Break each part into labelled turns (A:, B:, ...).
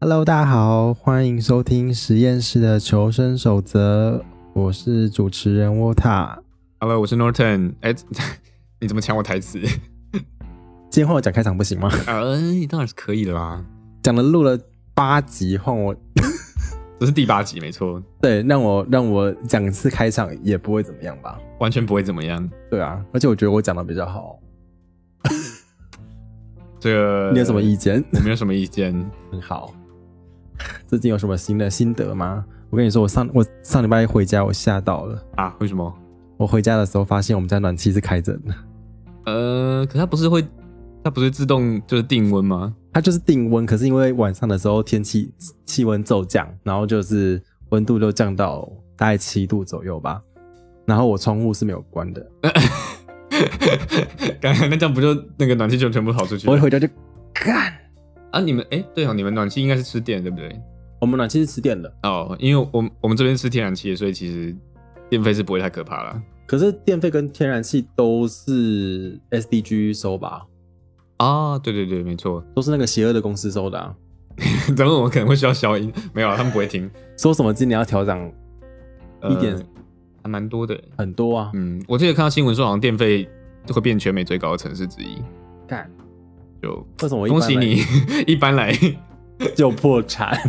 A: Hello，大家好，欢迎收听实验室的求生守则，我是主持人沃塔。
B: Hello，我是 Norton。哎， 你怎么抢我台词？
A: 今天换我讲开场不行吗？
B: 呃，你当然是可以的啦。
A: 讲了录了八集，换我
B: 这是第八集，没错，
A: 对让我让我讲一次开场也不会怎么样吧？
B: 完全不会怎么样。
A: 对啊，而且我觉得我讲的比较好，
B: 这个
A: 你有什么意
B: 见？
A: 见？
B: 我没有什么意见。
A: 很好。最近有什么新的心得吗？我跟你说，我上我上礼拜回家，我吓到了。
B: 啊？为什么？
A: 我回家的时候发现我们家暖气是开着的，
B: 呃，可它不是会，它不是自动就是定温吗？
A: 它就是定温，可是因为晚上的时候天气气温骤降，然后就是温度就降到大概七度左右吧。然后我窗户是没有关的，
B: 刚刚那这样不就那个暖气就全部跑出去
A: 我一
B: 了？
A: 回家就干。
B: 啊，你们哎，对哦，你们暖气应该是吃电对不对？
A: 我们暖气是十点的，
B: 哦，因为我们我们这边是天然气，所以其实电费是不会太可怕啦。
A: 可是电费跟天然气都是 SDG 收吧，
B: 啊，对对对，没错。
A: 都是那个邪恶的公司收的啊。
B: 咱们我们可能会需要消音， 没有啊，他们不会听。
A: 说什么今年要调整
B: 呃
A: 一点
B: 还蛮多的。
A: 很多啊，
B: 嗯，我记得看到新闻说，好像电费会变全美最高的城市之一。
A: 干、
B: 就
A: 为什么我一般
B: 恭喜
A: 来
B: 你， 一般来，
A: 就破产？哦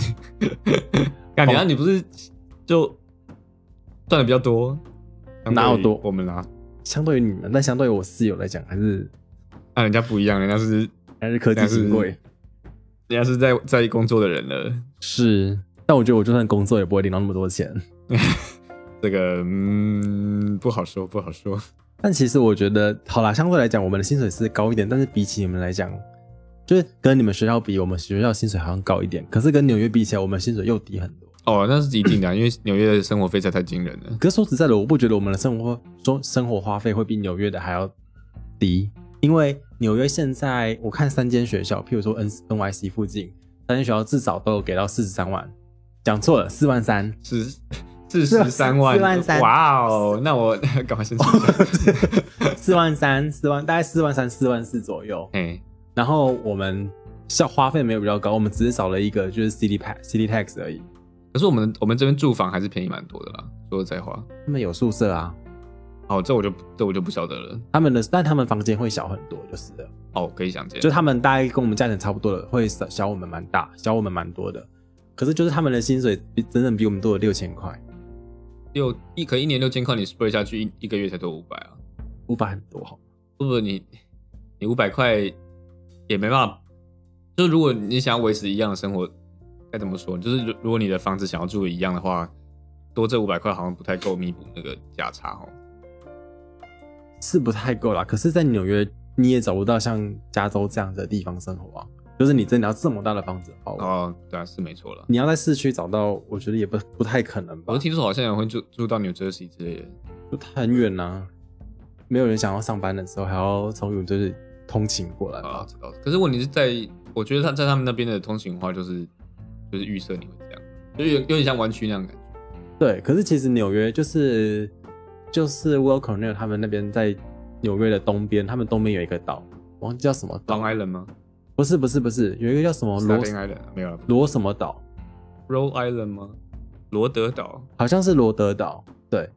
B: 干你啊，你不是就赚的比较多？
A: 哪有多
B: 相对于我们啦，
A: 相对于你们，但相对于我室友来讲，还是
B: 那、啊人家不一样，人家是
A: 还是科技新贵。
B: 人家是在在意工作的人了。
A: 是，但我觉得我就算工作也不会领到那么多钱。
B: 这个嗯，不好说，不好说。
A: 但其实我觉得，好啦，相对来讲，我们的薪水是高一点，但是比起你们来讲，就是跟你们学校比，我们学校薪水好像高一点，可是跟纽约比起来，我们薪水又低很多。
B: 哦，那是一定的啊、因为纽约的生活费才太惊人了。
A: 可是说实在的，我不觉得我们的生活说生活花费会比纽约的还要低，因为纽约现在我看三间学校，譬如说 N N Y C 附近三间学校至少都有给到四十三万，讲错了，四万三。
B: 是四十三万，
A: 四万哦三
B: 哇哦！那我 赶快申请一 下。
A: 四万三、四万，大概四万三、四万四左右。
B: 哎，
A: 然后我们校花费没有比较高，我们只是少了一个就是 city pass、city tax 而已。
B: 可是我们我们这边住房还是便宜蛮多的啦，说实在话。
A: 他们有宿舍啊，
B: 哦，这我就这我就不晓得了。
A: 他们的但他们房间会小很多，就是了。
B: 哦，可以想见，
A: 就他们大概跟我们价钱差不多的，会小小我们蛮大，小我们蛮多的。可是就是他们的薪水比整整比我们多了六千块，
B: 六一可一年六千块，你 split 下去一一个月才多五百啊？
A: 五百很多哈。
B: 不不，你你五百块也没办法。就如果你想要维持一样的生活，该怎么说？就是如如果你的房子想要住一样的话，多这五百块好像不太够弥补那个价差哦。
A: 是不太够啦。可是，在纽约你也找不到像加州这样的地方生活啊，就是你真的要这么大的房子的话，
B: 哦，对啊，是没错了。
A: 你要在市区找到，我觉得也不不太可能吧
B: 我是，听说好像有人会住住到 New Jersey 之类的。
A: 就它很远呐、没有人想要上班的时候还要从远就是通勤过来
B: 啊
A: 吧，？
B: 知道了。可是问题是在，我觉得他在他们那边的通行话就是就是预设你会这样，就有有点像湾区那样的感觉。
A: 对，可是其实纽约就是就是 Will Cornell 他们那边在纽约的东边，他们东边有一个岛，我忘记叫什么岛
B: Long，Island 吗
A: 不是不是不是，有一个叫什么罗
B: Staten Island 啊没有了
A: 罗什么岛，
B: ，Rhode Island 吗？罗德岛
A: 好像是罗德岛。对，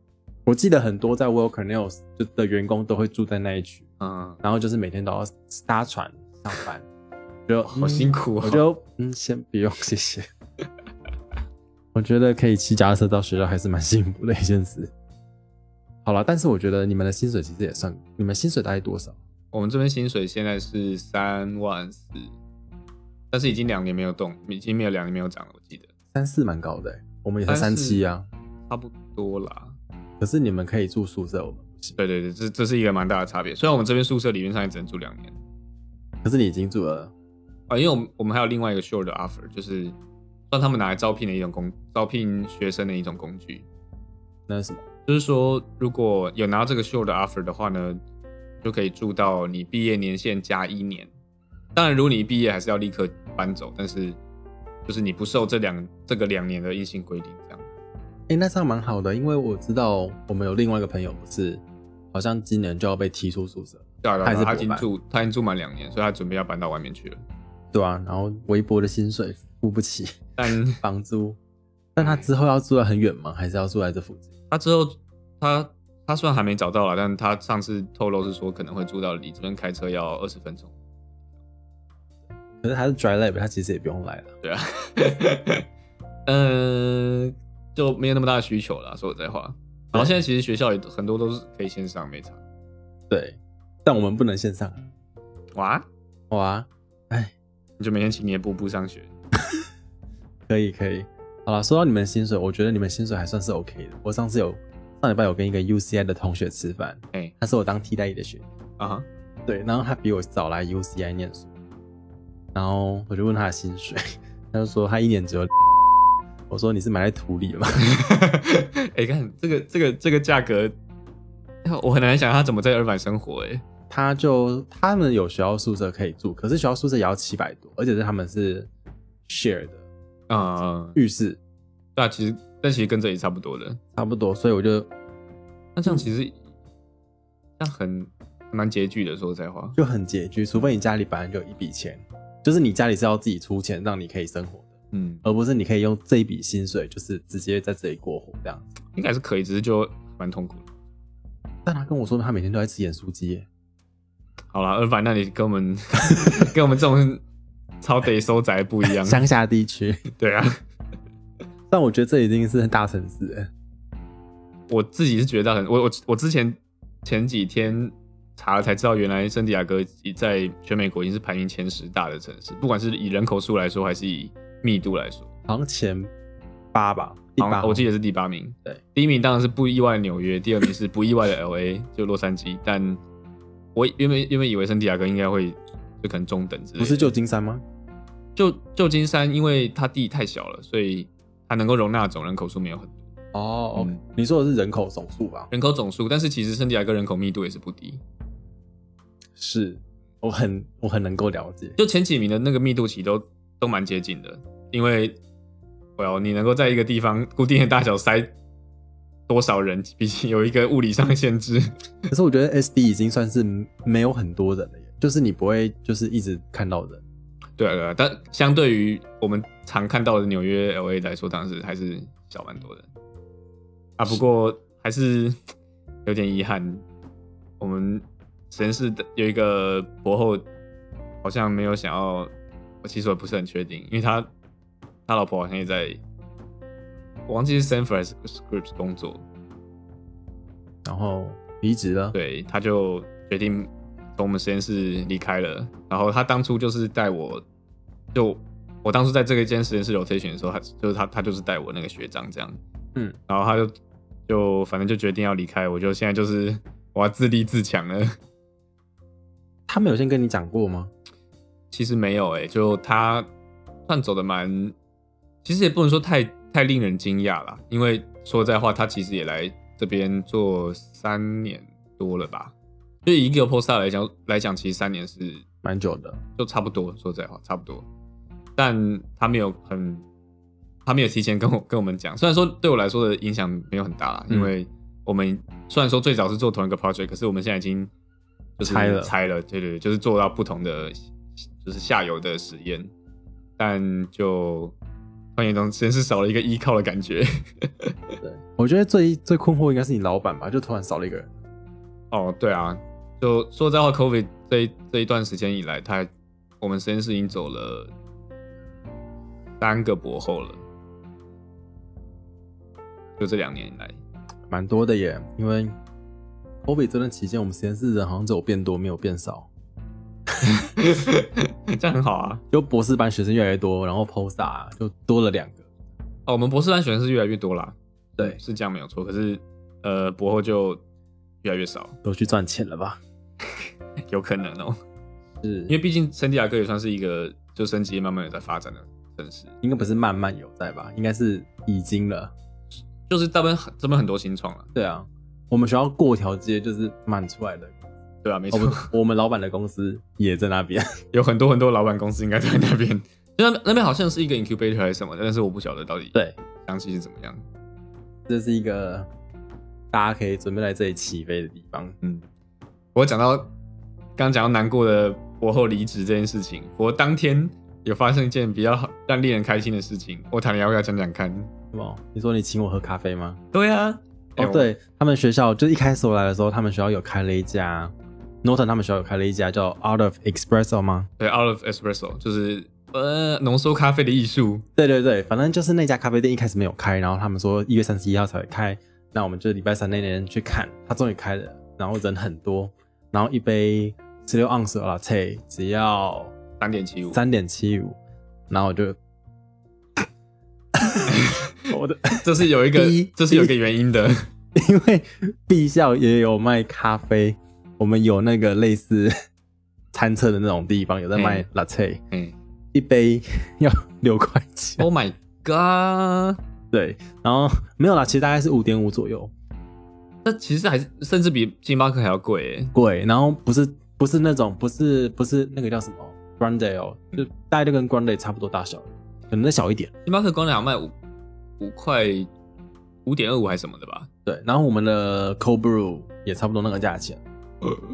A: 我记得很多在 Will Cornell 就的员工都会住在那一区，
B: 啊、
A: 然后就是每天都要搭船上班，就嗯
B: 好辛苦哦
A: 我就嗯，先不用，谢谢。我觉得可以骑脚踏车到学校还是蛮幸福的一件事。好了，但是我觉得你们的薪水其实也算，你们薪水大概多少？
B: 我们这边薪水现在是三万四，但是已经两年没有动，已经没有两年没有涨了，我记得
A: 三四蛮高的欸、我们也才三
B: 三四
A: 七啊。
B: 差不多啦。
A: 可是你们可以住宿舍，我们不行。
B: 对对对，这这是一个蛮大的差别。虽然我们这边宿舍理论上也只能住两年
A: 可是你已经住了，
B: 啊，因为我们我们还有另外一个 short 的 offer，就是让他们拿来招聘的一种工，招聘学生的一种工具。
A: 那是什么？
B: 就是说，如果有拿到这个 show 的 offer 的话呢，就可以住到你毕业年限加一年。当然，如果你一毕业还是要立刻搬走，但是就是你不受这两这个两年的硬性规定，这样。
A: 哎、那这样蛮好的，因为我知道我们有另外一个朋友不是，好像今年就要被踢出宿舍，
B: 对啊对啊
A: 还是
B: 他已经
A: 博班
B: 住他已经住满两年，所以他准备要搬到外面去了。
A: 对啊，然后微薄的薪水付不起
B: 但
A: 房租。但他之后要住得很远吗？还是要住在这附近？
B: 他之后他他虽然还没找到了，但他上次透露是说可能会住到离这边开车要二十分钟。
A: 可是他是 dry lab，他其实也不用来了。
B: 对啊，嗯，就没有那么大的需求了。说实在话，然后现在其实学校也很多都是可以线上没差。
A: 对，但我们不能线上。
B: 哇，
A: 哇，哎，
B: 你就每天请你的布布上学，
A: 可以可以。好了，说到你们薪水，我觉得你们薪水还算是 OK 的。我上次有上礼拜有跟一个 UCI 的同学吃饭，
B: 哎
A: 他是我当替代役的学弟，
B: 啊哈，
A: 对，然后他比我早来 UCI 念书，然后我就问他的薪水， 他就说他一年只有， 我说你是埋在土里了吗？
B: 哎、看这个这个这个价格，我很难想他怎么在二版生活、哎，
A: 他就他们有学校宿舍可以住，可是学校宿舍也要七百多，而且是他们是 share 的
B: 啊、
A: 浴室，
B: 对啊，其实但其实跟这里差不多的。
A: 差不多，所以我就
B: 那这样其实那很蛮拮据的，说实在话。
A: 就很拮据，除非你家里本来就有一笔钱，就是你家里是要自己出钱让你可以生活的，
B: 嗯，
A: 而不是你可以用这一笔薪水就是直接在这里过活这样子。
B: 应该是可以，只是就蛮痛苦的。
A: 但他跟我说他每天都在吃盐酥鸡耶，
B: 好啦，二凡，那你跟我们跟我们这种超得收宅不一样。
A: 乡下地区，
B: 对啊，
A: 但我觉得这已经是大城市了。
B: 我自己是觉得很，我我我之前前几天查了才知道，原来圣地亚哥已在全美国已经是排名前十大的城市，不管是以人口数来说，还是以密度来说，
A: 好像前八吧，第
B: 好
A: 八，
B: 像我记得是第八名。
A: 对，
B: 第一名当然是不意外的纽约，第二名是不意外的 L A，就洛杉矶。但我原本原本以为圣地亚哥应该会就可能中等之类的，
A: 不是旧金山吗？
B: 旧旧金山，因为它地太小了，所以它能够容纳的总人口数没有很多，
A: 哦、
B: 嗯
A: OK 你说的是人口总数吧？
B: 人口总数，但是其实圣地亚哥人口密度也是不低。
A: 是，我很我很能够了解。
B: 就前几名的那个密度其实都都蛮接近的，因为我要你能够在一个地方固定的大小塞多少人，毕竟有一个物理上的限制。
A: 可是我觉得 SD 已经算是没有很多人了耶，就是你不会就是一直看到人。
B: 对啊，对啊，但相对于我们常看到的纽约、L A 来说，当时还是小蛮多的啊。不过还是有点遗憾，我们实验室的有一个博后好像没有想要，我其实我也不是很确定，因为他他老婆好像也在，我忘记是 Sanford 还是 Scripps 工作，
A: 然后离职了。，
B: 对，他就决定从我们实验室离开了。然后他当初就是带我，就我当初在这个间实验室 rotation 的时候，他就是他他就是带我那个学长这样，
A: 嗯，
B: 然后他就就反正就决定要离开，我就现在就是我要自立自强了。
A: 他们有先跟你讲过吗？
B: 其实没有诶、欸就他算走的蛮，其实也不能说太太令人惊讶啦，因为说实在话，他其实也来这边做三年多了吧。对于一个 post 来讲来讲，其实三年是
A: 蛮久的，
B: 就差不多，说实在话，差不多。但他没有很，他没有提前跟我跟我们讲。虽然说对我来说的影响没有很大啦，
A: 嗯
B: 因为我们虽然说最早是做同一个 project，可是我们现在已经就是
A: 拆了
B: 拆了，对对对，就是做到不同的，就是下游的实验。但就创业中真是少了一个依靠的感觉。
A: 对，我觉得最最困惑应该是你老板吧，就突然少了一个人。
B: 哦，对啊，就说实在话，COVID 这一这一段时间以来，他我们实验室已经走了三个博后了，就这两年以来，
A: 蛮多的耶，因为 COVID 这段期间，我们实验室人好像只有变多，没有变少。
B: 这样很好啊。
A: 就博士班学生越来越多，然后 Post 啊就多了两个。
B: 哦，我们博士班学生是越来越多啦，是这样没有错。可是呃，博后就越来越少，
A: 都去赚钱了吧？
B: 有可能哦，
A: 是，因
B: 因为毕竟圣地亚哥也算是一个就升级慢慢有在发展的城市，
A: 应该不是慢慢有在吧？应该是已经了。
B: 就是这边这边很多新创了，
A: 对啊，我们学校过条街就是满出来的。
B: 对啊，没
A: 哦
B: 错。
A: 不，我们老板的公司也在那边。
B: 有很多很多老板公司应该在那边， 就那那边好像是一个 incubator 还是什么的，但是我不晓得到底
A: 对，
B: 详细是怎么样。
A: 这是一个大家可以准备来这里起飞的地方。
B: 嗯，我讲到刚讲到难过的博后离职这件事情，我当天有发生一件比较好让令人开心的事情，我坦然要不要讲讲看？
A: 什么？你说你请我喝咖啡吗？
B: 对啊，哎
A: 哦，，对他们学校，就一开始我来的时候，他们学校有开了一家 Norton，他们学校有开了一家叫 Out of Espresso 吗
B: 我？对，out of espresso 就是呃浓缩咖啡的艺术，
A: 对对对，反正就是那家咖啡店一开始没有开，然后他们说一月三十一号才会开，那我们就礼拜三那天去看，他终于开了，然后人很多，然后一杯十六盎司的 latte 只要
B: 三点七五，
A: 三点七五，然后我就， 我的。
B: 这是有一个
A: 滴
B: 这是有一个原因 的，
A: 因为毕校也有卖咖啡，我们有那个类似餐车的那种地方，有在卖 latte，、
B: 嗯
A: 一杯 要六块钱。
B: ，Oh my god，
A: 对，然后没有啦，其实大概是五点五左右，
B: 那其实还是甚至比星巴克还要贵耶，
A: 贵。然后不是不是那种不是不是那个叫什么 grande 哦，就大概就跟 grande 差不多大小，可能再小一点。
B: 星巴克光两卖五五块五点二五还是什么的吧，
A: 对，然后我们的 cold brew 也差不多那个价钱，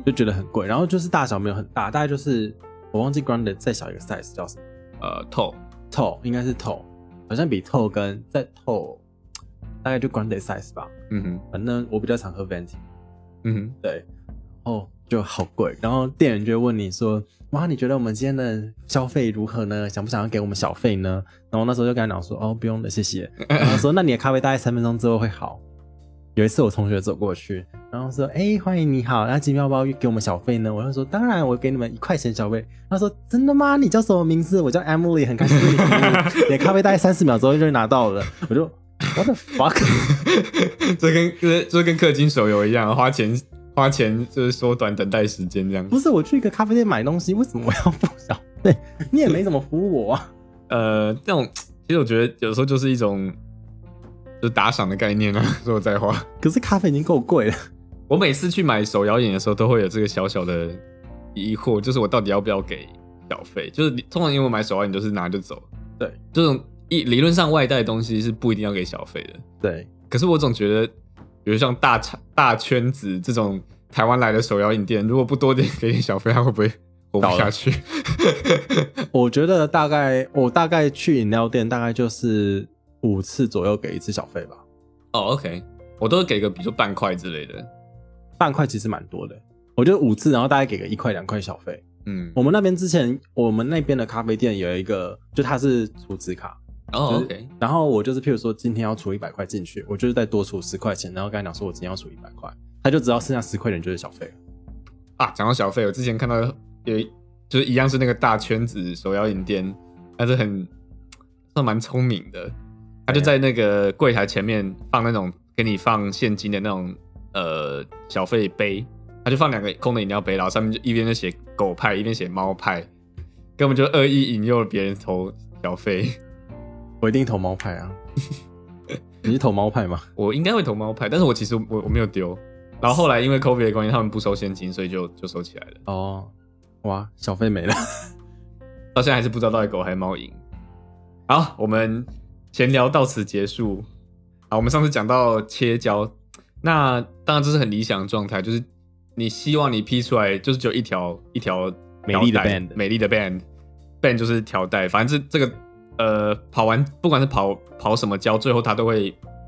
A: 就觉得很贵。然后就是大小没有很大，大概就是我忘记 grande 再小一个 size 叫什么。
B: 呃透，
A: 透应该是透，好像比透跟再透，大概就 grande size 吧。
B: 嗯哼
A: 反正我比较常喝 venti，
B: 嗯哼，
A: 对，哦就好贵。然后店员就会问你说：“哇，你觉得我们今天的消费如何呢？想不想要给我们小费呢？”然后那时候就跟他讲说：“哦，不用了，谢谢。”然后说：“那你的咖啡大概三分钟之后会好。”有一次我同学走过去，然后说：“哎、欢迎你好，那今天要不要给我们小费呢？”我就说：“当然，我给你们一块钱小费。”他说：“真的吗？你叫什么名字？”我叫 Emily，很开心为你服务。你的咖啡大概三十秒之后就会拿到了。我就 What the fuck？
B: 这跟这这跟氪金手游一样，花钱花钱就是缩短等待时间这样。
A: 不是我去一个咖啡店买东西，为什么我要付小费？ 你也没怎么服务我啊。
B: 呃，这种其实我觉得有时候就是一种就是打赏的概念啊。 说实在话，
A: 可是咖啡已经够贵了。
B: 我每次去买手摇饮的时候，都会有这个小小的疑惑，就是我到底要不要给小费？就是你通常因为我买手摇饮都是拿就走，
A: 对，
B: 这种一理论上外带的东西是不一定要给小费的。
A: 对，
B: 可是我总觉得，比如像大厂大圈子这种台湾来的手摇饮店，如果不多点给点小费，他会不会活不下去？
A: 我觉得大概我大概去饮料店大概就是五次左右给一次小费吧，
B: 哦，OK，我都会给个比如说半块之类的。
A: 半块其实蛮多的。我觉得五次，然后大概给个一块两块小费。
B: 嗯，
A: 我们那边之前，我们那边的咖啡店有一个，就它是储值卡，
B: 哦
A: 就是
B: ，OK，
A: 然后我就是譬如说今天要储一百块进去，我就是再多储十块钱，然后跟他讲说我今天要储一百块，他就知道剩下十块钱就是小费了。
B: 啊，讲到小费，我之前看到有一就是一样是那个大圈子手摇饮店，他是很算蛮聪明的，他就在那个柜台前面放那种给你放现金的那种呃小费杯，他就放两个空的饮料杯，然后上面就一边就写狗派，一边写猫派，根本就恶意引诱别人投小费。
A: 我一定投猫 派啊！你是投猫派吗？
B: 我应该会投猫派，但是我其实我我没有丢。然后后来因为 COVID 的关系，他们不收现金，所以就就收起来了。
A: 哦，哇，小费没了。
B: 到现在还是不知道到底狗还是猫赢。好，我们闲聊到此结束。好，我们上次讲到切胶，那当然这是很理想的状态，就是你希望你劈出来就是只有一条一条
A: 美丽的
B: 条带
A: band
B: 美丽的 band，band 就是条带，反正这这个呃跑完不管是跑跑什么胶，最后它都会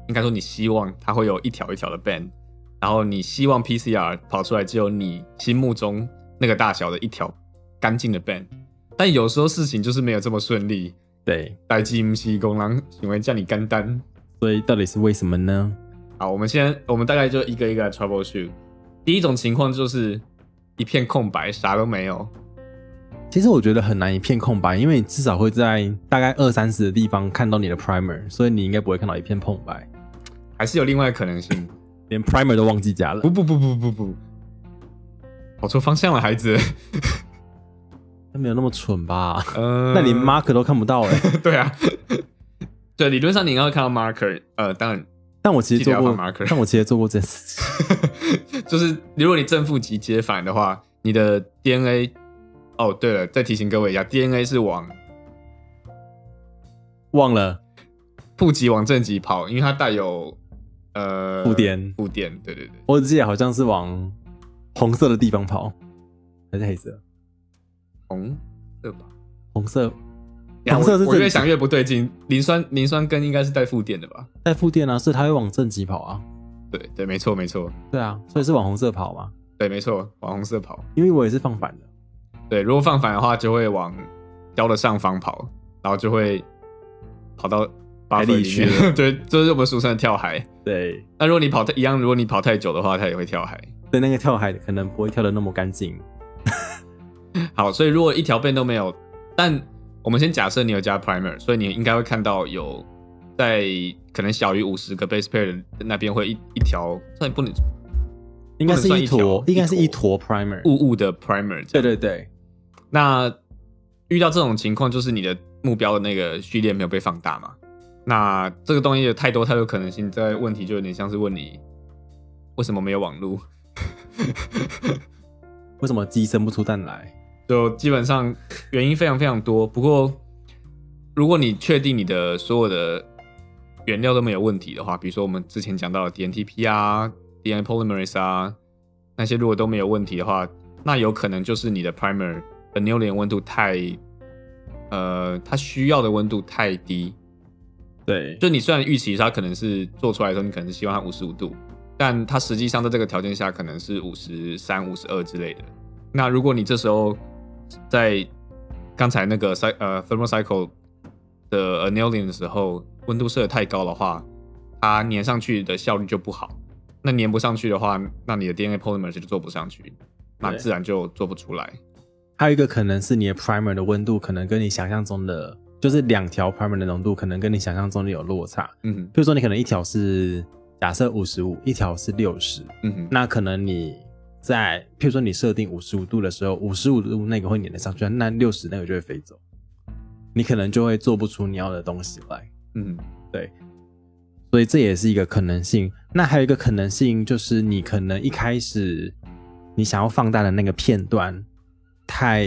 B: 应该说你希望它会有一条一条的 band，然后你希望 PCR 跑出来只有你心目中那个大小的一条干净的 band，但有时候事情就是没有这么顺利，
A: 对，
B: 代际不是公狼行为叫你干单。
A: 所以到底是为什么呢？
B: 好，我们现在我们大概就一个一个来 trouble shoot。第一种情况就是一片空白，啥都没有。
A: 其实我觉得很难一片空白，因为你至少会在大概二三十的地方看到你的 primer，所以你应该不会看到一片空白，
B: 还是有另外的可能性。
A: 连 primer 都忘记加了
B: 不。不不不不不，跑错方向了，孩子。
A: 那没有那么蠢吧？
B: 嗯，
A: 那连 mark 都看不到哎、
B: 对啊，对，理论上你应该会看到 marker。呃，当然，
A: 但我其实做过
B: 记得要放 marker，
A: 但我其实做过这件事情。
B: 就是如果你正负极接反的话，你的 DNA。哦，对了，再提醒各位一下，DNA 是往
A: 忘了
B: 负极往正极跑，因为它带有呃
A: 负电，
B: 负电，对对对。
A: 我只记得好像是往红色的地方跑，还是黑色？
B: 红色吧，
A: 红色
B: 呀
A: 黄
B: 我
A: 色是
B: 我
A: 正
B: 越
A: 极
B: 想越不对劲，磷酸磷酸根应该是带负电的吧？
A: 带负电啊，所以它会往正极跑啊。
B: 对对，没错没错，
A: 对啊，所以是往红色跑嘛。
B: 对没错，往红色跑。
A: 因为我也是放反的，
B: 对，如果放反的话，就会往胶的上方跑，然后就会跑到巴
A: 海里
B: 里
A: 去
B: 面。 对，这是我们俗称的跳海。
A: 对，
B: 那如果你跑太一样，如果你跑太久的话，它也会跳海。
A: 对那个跳海可能不会跳的那么干净。
B: 好，所以如果一条边都没有，但我们先假设你有加 primer，所以你应该会看到有在可能小于五十个 base pair 的那边会一一条，算不能
A: 应该是一
B: 不能
A: 坨
B: 算一，条
A: 应该是一坨 primer。
B: 雾雾的 primer 这
A: 对
B: 样。
A: 对对，
B: 那遇到这种情况，就是你的目标的那个序列没有被放大嘛？那这个东西有太多太多可能性，这个问题就有点像是问你为什么没有网路，
A: 为什么鸡生不出蛋来？
B: 就基本上原因非常非常多。不过，如果你确定你的所有的原料都没有问题的话，比如说我们之前讲到的 DNTP 啊、DNA polymerase 啊那些，如果都没有问题的话，那有可能就是你的 primer 的牛脸温度太，呃，它需要的温度太低，
A: 对，
B: 就你虽然预期它可能是做出来的时候，你可能是希望它五十五度，但它实际上在这个条件下可能是五十三、五十二之类的。那如果你这时候在刚才那个 cy 呃 thermal cycle 的 annealing 的时候，温度设得太高的话，它粘上去的效率就不好。那粘不上去的话，那你的 DNA polymer 就做不上去，那
A: 对
B: 自然就做不出来。
A: 还有一个可能是你的 primer 的温度可能跟你想象中的，就是两条 primer 的浓度可能跟你想象中的有落差。
B: 嗯
A: 比如说你可能一条是假设五十五，一条是六十，
B: 哼嗯哼，
A: 那可能你在譬如说你设定五十五度的时候，五十五度那个会粘得上去，那六十那个就会飞走，你可能就会做不出你要的东西来。
B: 嗯哼，
A: 所以这也是一个可能性。那还有一个可能性就是，你可能一开始你想要放大的那个片段太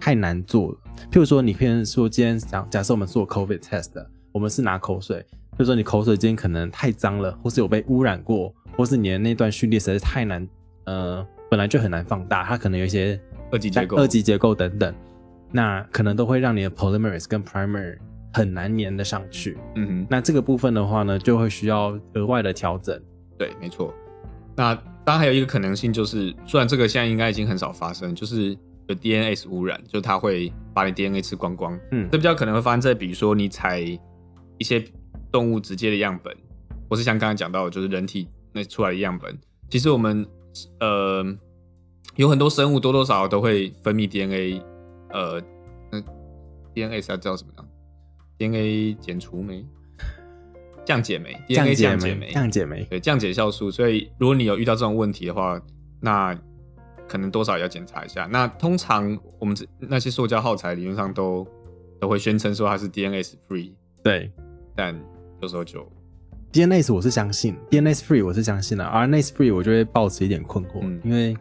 A: 太难做了。譬如说，你譬如说今天假假设我们做 COVID test，的我们是拿口水，譬如说你口水今天可能太脏了，或是有被污染过，或是你的那段序列实在是太难，呃，本来就很难放大，它可能有一些
B: 二级结构，
A: 二级结构等等，那可能都会让你的 polymerase 跟 primer 很难粘得上去。
B: 嗯哼。
A: 那这个部分的话呢，就会需要额外的调整。
B: 对，没错。那当然还有一个可能性就是，虽然这个现在应该已经很少发生，就是有 DNA 污染，就它会把你 DNA 吃光光。
A: 嗯
B: 这比较可能会发生在比如说你采一些动物直接的样本，或是像刚才讲到的，就是人体那出来的样本。其实我们呃有很多生物多多少少都会分泌 DNA，呃，那 DNA 是要叫什么呢？DNA 减除酶、降解酶、DNA
A: 解
B: 降解酶、
A: 降解酶，
B: 对降解酵素，所以如果你有遇到这种问题的话，那可能多少也要检查一下。那通常我们这那些塑胶耗材理论上都都会宣称说它是 DNA free，
A: 对
B: 但有时候就
A: DNA 我是相信，DNA free 我是相信的，RNA free 我就会抱持一点困惑，
B: 嗯
A: 因为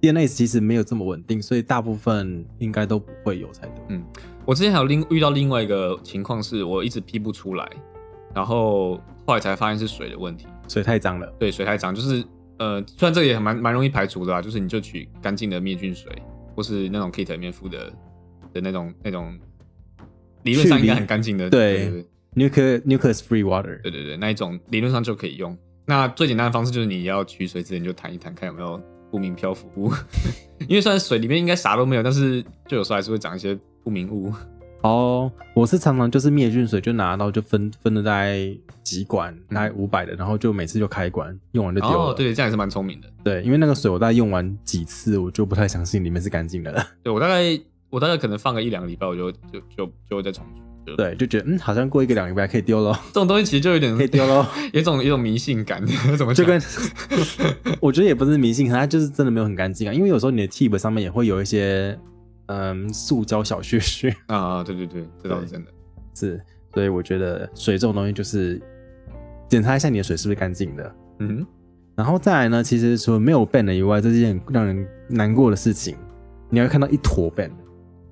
A: DNA 其实没有这么稳定，所以大部分应该都不会有才对。
B: 我之前还有另遇到另外一个情况是，我一直批不出来，然后后来才发现是水的问题。
A: 水太脏了，
B: 对，水太脏就是呃，虽然这个也蛮蛮容易排除的啊，就是你就取干净的灭菌水，或是那种 kit 里面附的的那种那种，理论上应该很干净的，
A: 对
B: 对
A: nucleus nucleus free water，
B: 对对对，那一种理论上就可以用。那最简单的方式就是你要取水之前就弹一弹，看有没有不明漂浮物， 因为虽然水里面应该啥都没有，但是就有时候还是会长一些不明物。
A: 哦我是常常就是灭菌水就拿到就分分了大概几管，大概五百的，然后就每次就开关，用完就丢了。
B: 嗯哦，对，这样也是蛮聪明的。
A: 对，因为那个水我大概用完几次，我就不太相信里面是干净的了。
B: 对我大概我大概可能放个一两个礼拜，我就就就就会再重取。就
A: 对，就觉得嗯，好像过一个两个礼拜可以丢喽，
B: 这种东西其实就有点
A: 可以丢喽。
B: 有一种有一种迷信感，怎 么
A: 就
B: 讲
A: 跟 我觉得也不是迷信，可能它就是真的没有很干净啊。因为有时候你的 tip 上面也会有一些嗯塑胶小屑屑，
B: 啊？对对对，这倒是真的。
A: 是， 所以我觉得水这种东西就是检查一下你的水是不是干净的。
B: 嗯
A: 然后再来呢，其实除了没有 ban 的以外，这是一件很让人难过的事情。你会看到一坨 ban，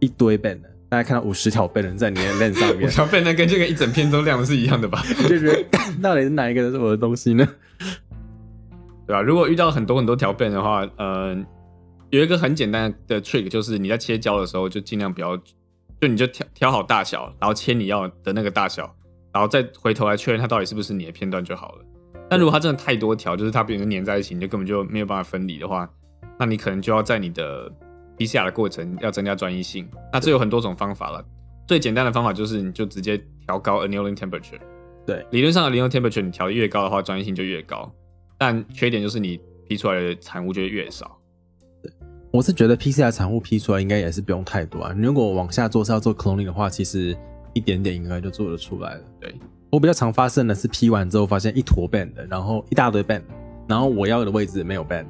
A: 一堆 ban，大家看到五十条 ban 在你的 lens 上
B: 哼，
A: 面
B: 我，想被那跟这个一整片都亮的是一样的吧？
A: 就觉得干到底是哪一个是我的东西呢？
B: 对吧、如果遇到很多很多条片的呃话，嗯、有一个很简单的 trick 就是你在切胶的时候就尽量不要就你就挑挑好大小，然后签你要的那个大小，然后再回头来确认它到底是不是你的片段就好了。但如果它真的太多条，就是它变成粘在一起，你就根本就没有办法分离的话，那你可能就要在你的 PCR 的过程要增加专一性。那这有很多种方法了，最简单的方法就是你就直接调高 annealing temperature。
A: 对，
B: 理论上的 annealing temperature 你调的越高的话，专一性就越高，但缺点就是你 P 出来的产物就会越少。
A: 我是觉得 PCR 产物批出来应该也是不用太多啊。如果往下做是要做 cloning 的话，其实一点点应该就做得出来了。
B: 对，
A: 我比较常发生的是批完之后发现一坨 band，然后一大堆 band，然后我要的位置没有 band，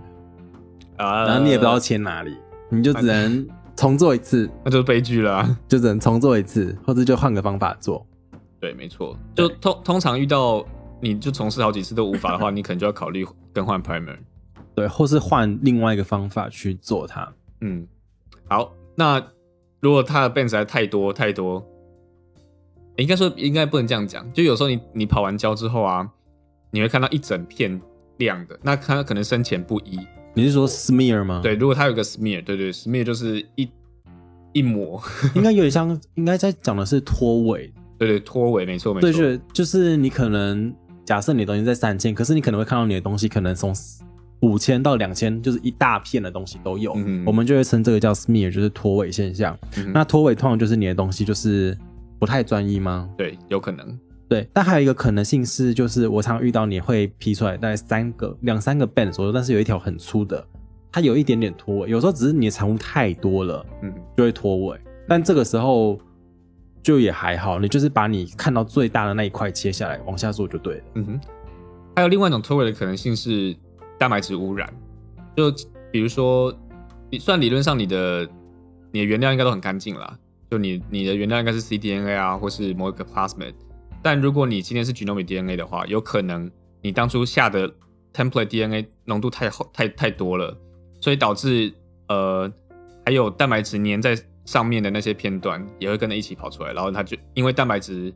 B: 啊
A: 然后你也不知道签哪里，你就只能重做一次，
B: 那就是悲剧了啊、
A: 就只能重做一次，或者就换个方法做。
B: 对，没错。 就通通常遇到你就从事好几次都无法的 话，你可能就要考虑更换 primer。
A: 对，或是换另外一个方法去做它。
B: 嗯，好，那如果它的 band 实在太多太多，诶应该说应该不能这样讲。就有时候你你跑完胶之后啊，你会看到一整片亮的，那它可能深浅不一。
A: 你是说 smear 吗？
B: 对，，如果它有个 smear，对对，smear 就是一一抹，
A: 应该有点像，应该在讲的是拖尾。
B: 对对，拖尾，没错没
A: 对，
B: 错。
A: 就是就是你可能假设你的东西在三千，可是你可能会看到你的东西可能从五千到两千，就是一大片的东西都有。
B: 嗯哼
A: 我们就会称这个叫 smear，就是拖尾现象。
B: 嗯哼
A: 那拖尾通常就是你的东西就是不太专一吗？
B: 对，有可能。
A: 对，但还有一个可能性是，就是我常遇到你会劈出来大概三个、两三个 band 左右，但是有一条很粗的，它有一点点脱尾，有时候只是你的产物太多了，
B: 嗯，
A: 就会脱尾。但这个时候就也还好，你就是把你看到最大的那一块切下来，往下做就对了。
B: 嗯哼，还有另外一种脱尾的可能性是蛋白质污染，就比如说，你虽然理论上你的你的原料应该都很干净啦，就你你的原料应该是 cDNA 啊，或是某一个 plasmid，但如果你今天是 genomic DNA 的话，有可能你当初下的 template DNA 浓度太厚太太多了，所以导致呃还有蛋白质粘在上面的那些片段也会跟着一起跑出来，然后它就因为蛋白质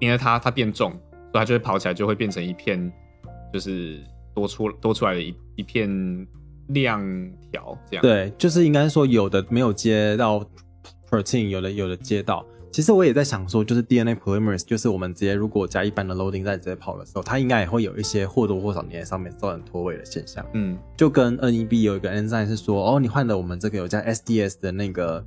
B: 粘着它，它变重，所以它就会跑起来就会变成一片，就是多出多出来的一一片亮条这样。，
A: 对，就是应该说有的没有接到 protein，有的有的接到。其实我也在想说，就是 DNA polymerase，就是我们直接如果加一般的 loading 再直接跑的时候，它应该也会有一些或多或少粘在上面造成脱尾的现象。
B: 嗯，
A: 就跟 NEB 有一个 enzyme 是说，哦，你换的我们这个有加 SDS 的那个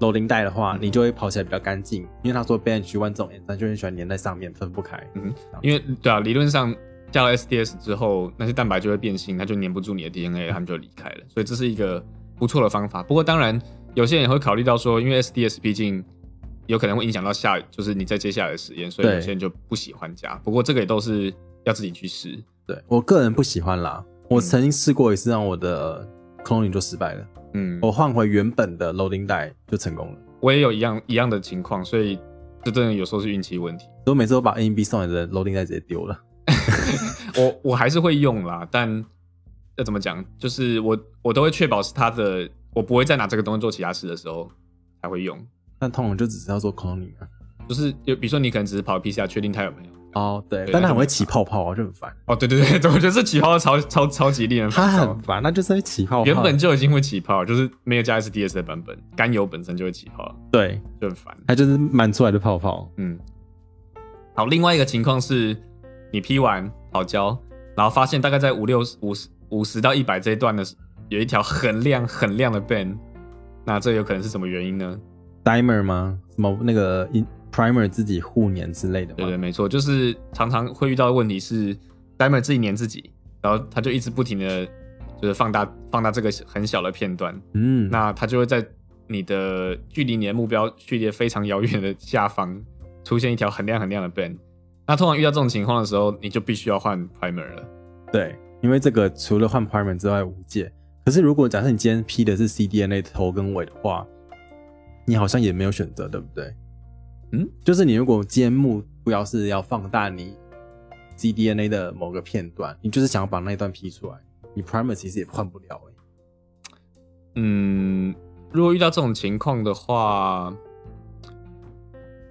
A: loading 带的话，你就会跑起来比较干净，因为他说 bench one 这种 enzyme 就很喜欢粘在上面分不开。
B: 嗯
A: 这样，
B: 因为对啊，理论上加了 SDS 之后，那些蛋白就会变性，它就粘不住你的 DNA，它们就离开了。所以这是一个不错的方法。不过当然，有些人也会考虑到说，因为 SDS 毕竟有可能会影响到下，就是你在接下来的实验，所以
A: 对
B: 有些人就不喜欢加。不过这个也都是要自己去试。
A: 对我个人不喜欢啦，我
B: 嗯
A: 曾经试过一次，让我的 cloning 就失败了，
B: 嗯，
A: 我换回原本的 loading 带就成功了。
B: 我也有一样一样的情况，所以这真的有时候是运气问题。
A: 所以我每次都把 NEB 送来的 loading 带直接丢了。
B: 我我还是会用啦，但要怎么讲，就是我我都会确保是它的，我不会再拿这个东西做其他事的时候才会用。
A: 但通常就只是要做 cloning 啊。
B: 就是有，比如说你可能只是跑 PCR 确定它有没有。
A: 哦，对，
B: 对
A: 但它
B: 那就
A: 很
B: 没
A: 会起泡泡啊，就很烦。
B: 哦，对对对，对 我觉得这起泡超超超级令人
A: 它很
B: 烦躁。
A: 烦，那就是会起泡泡。
B: 原本就已经会起泡，就是没有加 SDS 的版本，甘油本身就会起泡，
A: 对，
B: 就很烦。
A: 它就是满出来的泡泡。
B: 嗯，好，另外一个情况是，你批完跑胶，然后发现大概在五六五十五十到一百这一段的时有一条很亮很亮的 band，那这有可能是什么原因呢？
A: dimer 吗？什么那个 in- primer 自己互粘之类的
B: 对
A: 吗？
B: 对，没错，就是常常会遇到的问题是 d i m e r 自己粘自己，然后他就一直不停的就是放大放大这个很小的片段，
A: 嗯，
B: 那它就会在你的距离你的目标序列非常遥远的下方出现一条很亮很亮的 band。那通常遇到这种情况的时候，你就必须要换 primer 了。
A: 对，因为这个除了换 primer 之外无解。可是如果假设你今天 P 的是 cDNA 头跟尾的话，你好像也没有选择，对不对？
B: 嗯，
A: 就是你如果今天目标是要放大你 cDNA 的某个片段，你就是想要把那一段 P 出来，你 primer 其实也换不了、欸。
B: 嗯，如果遇到这种情况的话，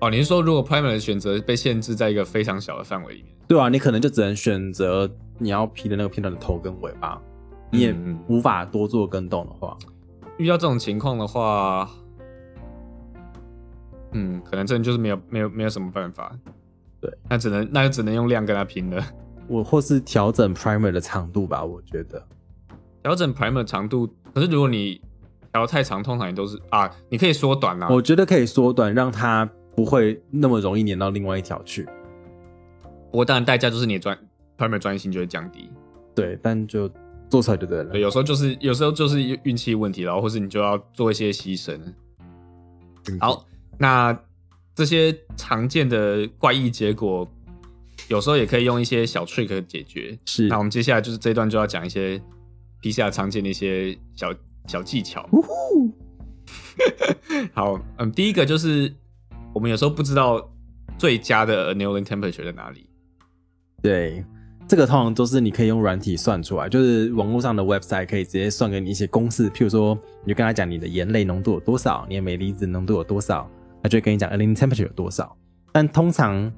B: 哦，你是说如果 primer 的选择被限制在一个非常小的范围里面？
A: 对啊，你可能就只能选择你要 P 的那个片段的头跟尾巴，你也
B: 嗯嗯
A: 无法多做跟动的话，
B: 遇到这种情况的话，嗯，可能真的就是没有没有没有什么办法。
A: 对，
B: 那只能那就只能用量跟他拼了。
A: 我或是调整 primer 的长度吧，我觉得。
B: 调整 primer 长度，可是如果你调太长，通常也都是啊，你可以缩短啦、
A: 我觉得可以缩短，让它不会那么容易粘到另外一条去。
B: 不过当然代价就是你的专 primer 专业性就会降低。
A: 对，但就做出来就对了
B: 对，。有时候就是有时候就是运气问题，然后或是你就要做一些牺牲。
A: 嗯
B: 好，那这些常见的怪异结果，有时候也可以用一些小 trick 解决。
A: 是
B: 那我们接下来就是这一段就要讲一些 PCR 常见的一些小小技巧。
A: 呜呼
B: 好，嗯，第一个就是我们有时候不知道最佳的 annealing temperature 在哪里。
A: 对，这个通常都是你可以用软体算出来，就是网络上的 website 可以直接算给你一些公式，譬如说，你就跟他讲你的盐类浓度有多少，你的镁离子浓度有多少，他就会跟你讲 alkaline temperature 有多少。但通常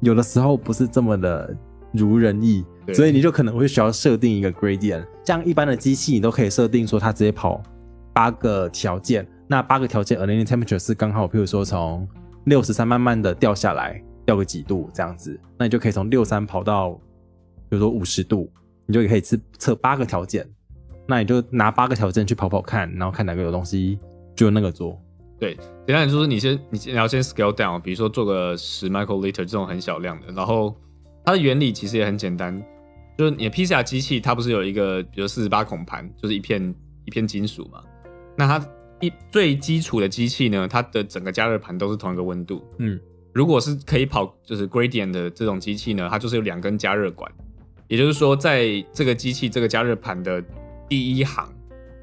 A: 有的时候不是这么的如人意，
B: 对
A: 所以你就可能会需要设定一个 gradient。像一般的机器，你都可以设定说它直接跑八个条件，那八个条件 alkaline temperature 是刚好，譬如说从六十三慢慢的掉下来，掉个几度这样子，那你就可以从六三跑到，比如说五十度，你就可以测测八个条件，那你就拿八个条件去跑跑看，然后看哪个有东西就那个做。
B: 对，简单来说，你先你先你要先 scale down，比如说做个十 microliter 这种很小量的，然后它的原理其实也很简单，就是你的 PCR 机器它不是有一个，比如四十八孔盘，就是一片一片金属嘛，那它一最基础的机器呢，它的整个加热盘都是同一个温度，
A: 嗯，
B: 如果是可以跑就是 gradient 的这种机器呢，它就是有两根加热管，也就是说，在这个机器这个加热盘的第一行，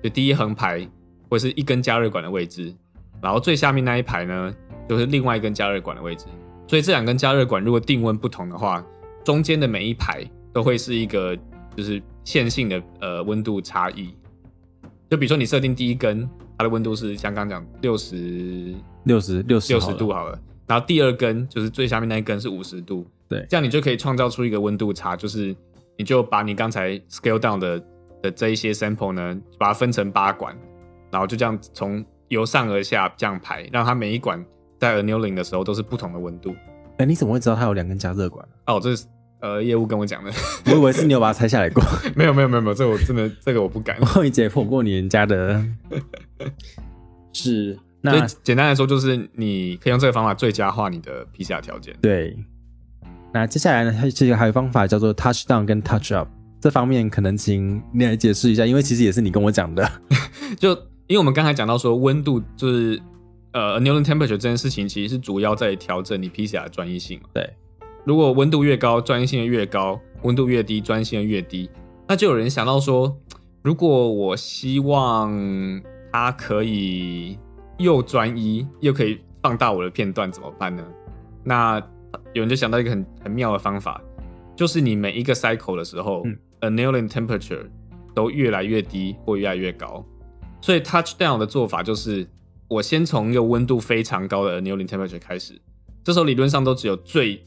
B: 就第一横排会是一根加热管的位置，然后最下面那一排呢，就是另外一根加热管的位置。所以这两根加热管如果定温不同的话，中间的每一排都会是一个就是线性的呃温度差异。就比如说你设定第一根，它的温度是像刚刚讲六十
A: 六十六十
B: 六十度好了，然后第二根就是最下面那一根是五十度，
A: 对
B: 这样你就可以创造出一个温度差，就是你就把你刚才 scale down 的的这一些 sample 呢，把它分成八管，然后就这样从由上而下这样排，让它每一管在 annealing 的时候都是不同的温度。
A: 哎、你怎么会知道它有两根加热管？
B: 哦，这是呃业务跟我讲的，
A: 我以为是你有把它拆下来过，
B: 没有没有没有没有，这我真的这个我不敢。
A: 我以解剖过你人家的。 是，
B: 所以
A: 那
B: 简单来说，就是你可以用这个方法最佳化你的 PCR 条件。
A: 对。那接下来呢，它这个还有方法叫做 touch down 跟 touch up，这方面可能请你来解释一下，因为其实也是你跟我讲的。
B: 就因为我们刚才讲到说温度就是呃 Newton temperature 这件事情，其实是主要在调整你 PCR 的专一性嘛。
A: 对，
B: 如果温度越高，专一性越高；温度越低，专一性越低。那就有人想到说，如果我希望它可以又专一又可以放大我的片段，怎么办呢？那有人就想到一个很很妙的方法，就是你每一个 cycle 的时候、
A: 嗯
B: a n n u l i n g temperature 都越来越低或越来越高。所以 touchdown 的做法就是，我先从一个温度非常高的 a n n u l i n g temperature 开始，这时候理论上都只有最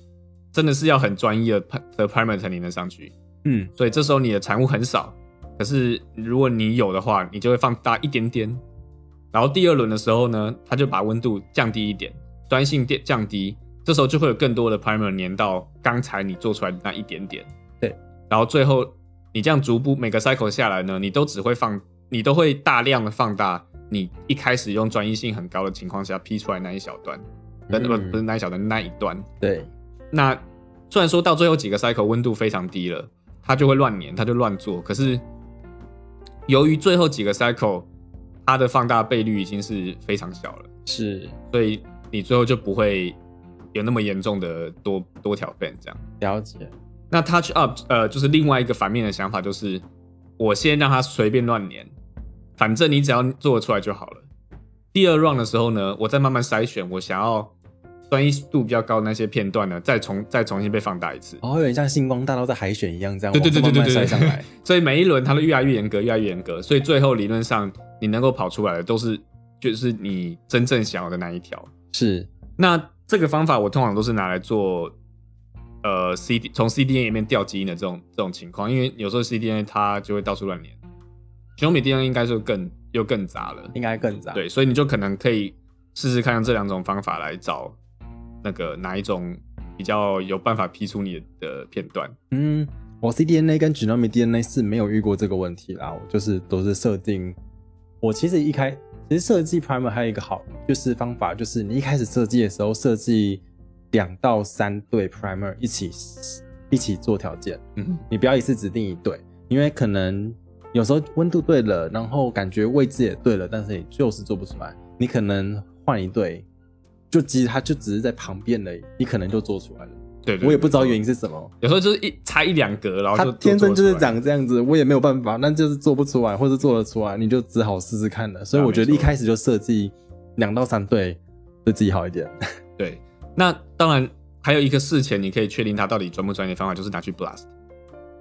B: 真的是要很专一的 pri- 的 primer 才能上去。
A: 嗯，
B: 所以这时候你的产物很少，可是如果你有的话，你就会放大一点点。然后第二轮的时候呢，它就把温度降低一点，酸性电降低，这时候就会有更多的 primer 粘到刚才你做出来的那一点点。
A: 对，
B: 然后最后你这样逐步每个 cycle 下来呢，你都只会放，你都会大量的放大你一开始用专一性很高的情况下 P 出来那一小段，呃不、
A: 嗯
B: 不是那一小段，那一段。
A: 对，
B: 那虽然说到最后几个 cycle 温度非常低了，它就会乱粘，它就乱做。可是由于最后几个 cycle 它的放大倍率已经是非常小了，
A: 是
B: 所以你最后就不会有那么严重的多多条 band 这样。
A: 了解。
B: 那 touch up 呃，就是另外一个反面的想法，就是我先让它随便乱粘，反正你只要做得出来就好了。第二 round 的时候呢，我再慢慢筛选我想要专一度比较高的那些片段呢，再重再重新被放大一次。
A: 哦，有点像星光大道在海选一样，这样
B: 对对对对
A: 往上
B: 对
A: 慢慢
B: 对
A: 塞上 来。
B: 所以每一轮它都越来越严格，越来越严格，所以最后理论上你能够跑出来的都是就是你真正想要的那一条。
A: 是，
B: 那这个方法我通常都是拿来做，呃，CD 从 CDN 里面调基因的这种这种情况，因为有时候 CDN 它就会到处乱连，熊米 DNA 应该就更又更杂了，
A: 应该更早。
B: 对，所以你就可能可以试试看用这两种方法来找那个哪一种比较有办法批出你的片段。
A: 嗯，我 cDNA 跟 genomic DNA 是没有遇过这个问题啦，我就是都是设定。我其实一开，其实设计 primer 还有一个好就是方法，就是你一开始设计的时候设计两到三对 primer 一起一起做条件，
B: 嗯，
A: 你不要一次指定一对，因为可能有时候温度对了，然后感觉位置也对了，但是你就是做不出来。你可能换一对，就其实它就只是在旁边而已，你可能就做出来了。
B: 对对
A: 我也不知道原
B: 因，
A: 因是什么，
B: 有时候就是一差一两格，然后
A: 它
B: 就
A: 天生哦就是
B: 长。
A: 长这样子，我也没有办法，那就是做不出来，或者做得出来，你就只好试试看了。所以
B: 对啊
A: 我觉得
B: 没
A: 一
B: 错
A: 开始就设计两到三对，对自己好一点。
B: 对，那当然还有一个事前你可以确定它到底专不专业的方法，就是拿去 blast，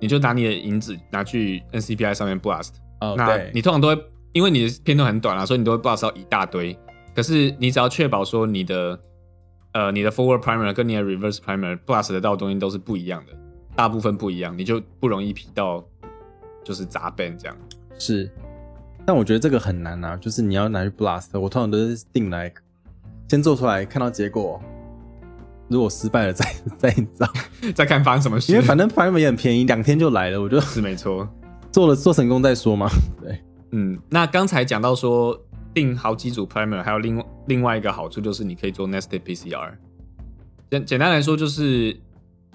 B: 你就拿你的银子拿去 NCPI 上面 blast，、
A: 哦
B: 那你通常都会因为你的片段很短啊，所以你都会 blast 到一大堆。可是你只要确保说你的呃你的 forward primer 跟你的 reverse primer blast 得到的东西都是不一样的，大部分不一样，你就不容易劈到就是砸 band 这样。
A: 是，但我觉得这个很难啊，就是你要拿去 blast，我通常都是定来先做出来，看到结果，如果失败了再 再找，
B: 再看发生什么事，
A: 因为反正 primer 也很便宜，两天就来了，我就是
B: 没错。
A: 做了做成功再说嘛。 对，
B: 嗯，那刚才讲到说定好几组 primer，还有另外另外一个好处就是你可以做 nested PCR。简简单来说就是，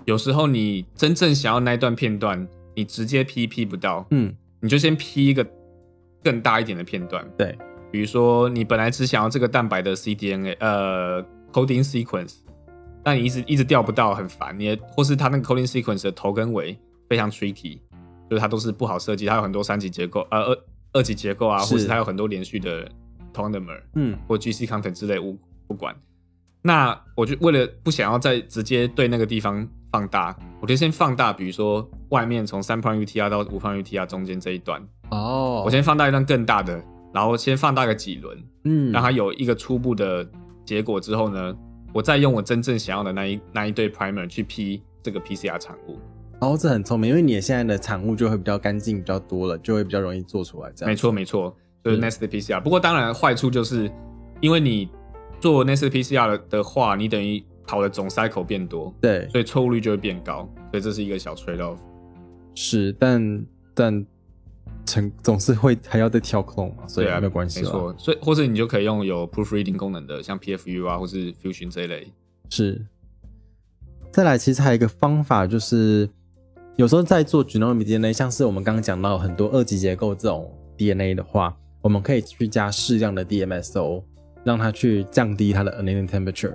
B: 有时候你真正想要那一段片段，你直接 P P 不到，
A: 嗯，
B: 你就先 P 一个更大一点的片段。
A: 对，
B: 比如说你本来只想要这个蛋白的 cDNA 呃 coding sequence，但你一直一直调不到，很烦。你的或是它那个 coding sequence 的头跟尾非常 tricky，就是它都是不好设计，它有很多三级结构，呃二二级结构啊，
A: 是
B: 或是它有很多连续的 tonomer
A: 嗯，
B: 或 GC content 之类，我不管。那我就为了不想要再直接对那个地方放大，我就先放大，比如说外面从三 prime UTR 到五 prime UTR 中间这一段，
A: 哦
B: 我先放大一段更大的，然后先放大个几轮，
A: 嗯，
B: 让它有一个初步的结果之后呢，我再用我真正想要的那一那一对 primer 去 P 这个 PCR 产物。
A: 哦，这很聪明，因为你现在的产物就会比较干净，比较多了，就会比较容易做出来。这样
B: 没错，没错，就是
A: 嗯
B: nested PCR。不过当然坏处就是，因为你做 nested PCR 的话，你等于跑的总 cycle 变多，
A: 对，
B: 所以错误率就会变高，所以这是一个小 trade off。
A: 是，但但成总是会还要再挑 clone 嘛，所以
B: 对啊，
A: 没有关系
B: 没
A: 啦。
B: 错，所以或者你就可以用有 proofreading 功能的，像 PFU 啊，或是 Fusion 这一类。
A: 是。再来，其实还有一个方法，就是有时候在做 genomic DNA，像是我们刚刚讲到很多二级结构这种 DNA 的话，我们可以去加适量的 DMSO，让它去降低它的 annealing temperature。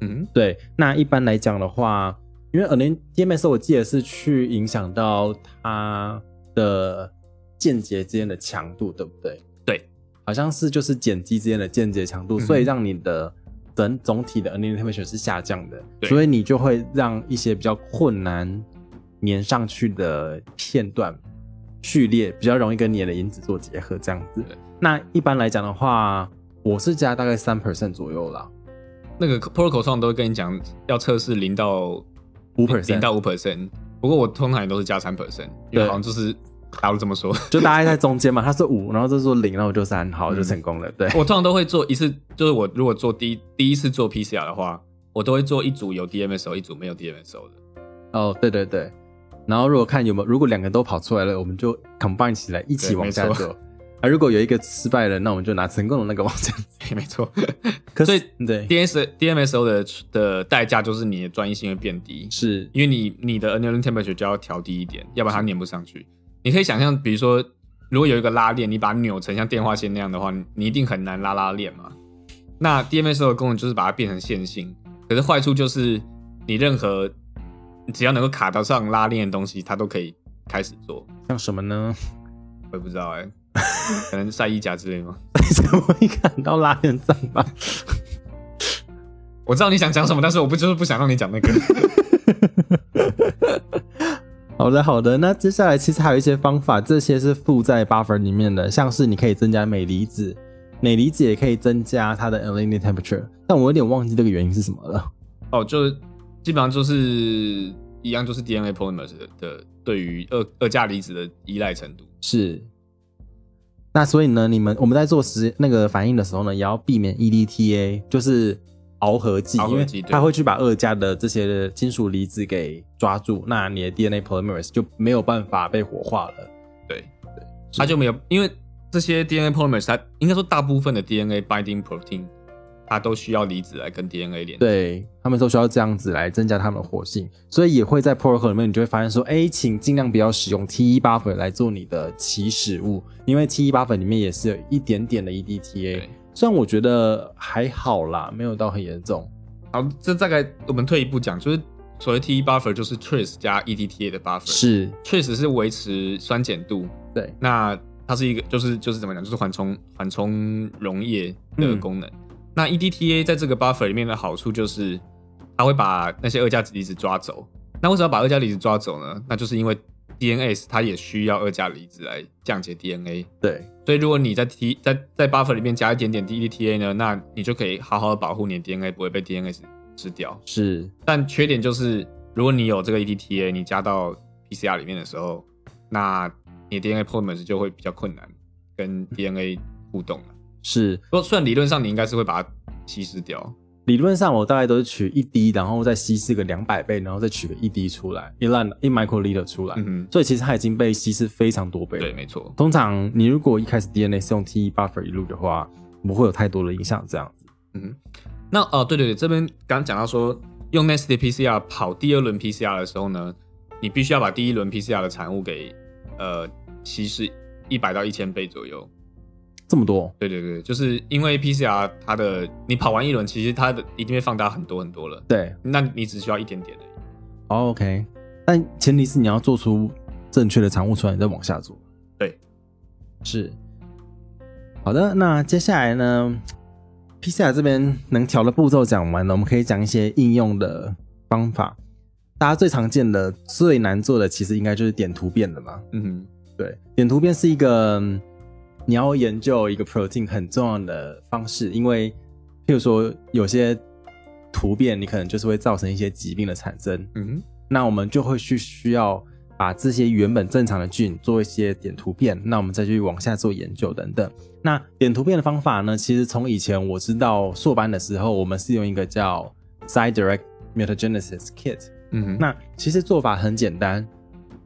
B: 嗯，
A: 对，那一般来讲的话，因为 annealing DMSO 我记得是去影响到它的间接之间的强度，对不对？
B: 对，
A: 好像是就是碱基之间的间接强度，
B: 嗯哼
A: 所以让你的整总体的 annealing temperature 是下降的，
B: 对
A: 所以你就会让一些比较困难粘上去的片段序列比较容易跟你的因子做结合，这样子
B: 对。
A: 那一般来讲的话，我是加大概三 percent 左右啦，
B: 那个 protocol 上都会跟你讲要测试零到
A: 五
B: 零
A: percent
B: 到五 percent。不过我通常也都是加三 percent，因
A: 对
B: 为好像就是大陆这么说。
A: 就大概在中间嘛，他说五，然后这说零，然后我就三，好，就成功了。对，
B: 我通常都会做一次，就是我如果做第一第一次做 PCR 的话，我都会做一组有 DMSO，一组没有 DMSO 的。
A: 哦，对对对。然后如果看有没有，如果两个都跑出来了，我们就 combine 起来一起
B: 对
A: 往下
B: 没错
A: 走。啊，如果有一个失败了，那我们就拿成功的那个往下走。
B: 对， 没错。
A: 可是
B: 所
A: 对
B: DS DMSO 的的代价就是你的专一性会变低，
A: 是
B: 因为你你的 annealing temperature 就要调低一点，要不然它粘不上去。你可以想象，比如说，如果有一个拉链，你把它扭成像电话线那样的话，你你一定很难拉拉链嘛。那 DMSO 的功能就是把它变成线性，可是坏处就是你任何只要能够卡到上拉链的东西，它都可以开始做。
A: 像什么呢？
B: 我也不知道哎、可能晒衣夹之类吗？
A: 怎么会看到拉链上吧？
B: 我知道你想讲什么，但是我不就是不想让你讲那个。
A: 好的，好的。那接下来其实还有一些方法，这些是附在 buffer 里面的，像是你可以增加镁离子，镁离子也可以增加它的 alkaline temperature，但我有点忘记这个原因是什么了。
B: 哦，就基本上就是一样，就是 DNA polymers 的的对于二二价离子的依赖程度。
A: 是。那所以呢，你们我们在做实那个反应的时候呢，也要避免 E EDTA，就是螯合剂，
B: 螯合
A: 因为
B: 剂对
A: 它会去把二价的这些金属离子给抓住，那你的 DNA polymerase 就没有办法被活化了。
B: 对，它就没有，因为这些 DNA polymers，它应该说大部分的 DNA binding protein，它都需要离子来跟 DNA 连接。
A: 对他们都需要这样子来增加它们的活性，所以也会在 protocol 里面，你就会发现说，哎，请尽量不要使用 T 一八粉来做你的起始物，因为 T 一八粉里面也是有一点点的 E EDTA，
B: 对，
A: 虽然我觉得还好啦，没有到很严重。
B: 好，这大概我们退一步讲，就是所谓 T E buffer 就是 trace 加 E D T A 的 buffer，
A: 是
B: trace 是维持酸碱度，
A: 对，
B: 那它是一个就是就是怎么讲，就是缓冲缓冲溶液的功能。那 E D T A 在这个 buffer 里面的好处就是，它会把那些二价离子抓走。那为什么要把二价离子抓走呢？那就是因为 D N A 它也需要二价离子来降解 D N A。
A: 对，
B: 所以如果你在 T 在在 buffer 里面加一点点 DDTA 呢，那你就可以好好的保护你的 DNA 不会被 DNA 吃掉。
A: 是
B: 但缺点就是，如果你有这个 E EDTA，你加到 PCR 里面的时候，那你的 DNA polymers 就会比较困难跟 DNA 互动了。
A: 是，
B: 不过虽然理论上你应该是会把它稀释掉，
A: 理论上我大概都是取一滴，然后再稀释个两百倍，然后再取个一滴出来，一烂一 microliter 出来，
B: 嗯哼，
A: 所以其实它已经被稀释非常多倍了。
B: 对，没错，
A: 通常你如果一开始 DNA 是用 T 1 buffer 一路的话，不会有太多的影响。这样子，
B: 嗯哼。那哦，对对对，这边刚刚讲到说，用 nested PCR 跑第二轮 PCR 的时候呢，你必须要把第一轮 PCR 的产物给呃稀释一百到一千倍左右，
A: 这么多
B: 对对对，就是因为 PCR 它的你跑完一轮，其实它的已经被放大很多很多了，
A: 对、
B: 那你只需要一点点而已。
A: o o k 哦但前提是你要做出正确的产物出来，你再往下做。
B: 对，
A: 是。好的，那接下来呢，PCR 这边能调的步骤讲完了，我们可以讲一些应用的方法。大家最常见的、最难做的，其实应该就是点突变了嘛。
B: 嗯哼，
A: 对，点突变是一个嗯你要研究一个 protein 很重要的方式，因为譬如说有些突变，你可能就是会造成一些疾病的产生。
B: 嗯哼，
A: 那我们就会去需要把这些原本正常的菌做一些点突变，那我们再去往下做研究等等。那点突变的方法呢，其实从以前我知道硕班的时候，我们是用一个叫 side direct mutagenesis kit，
B: 嗯哼，
A: 那其实做法很简单，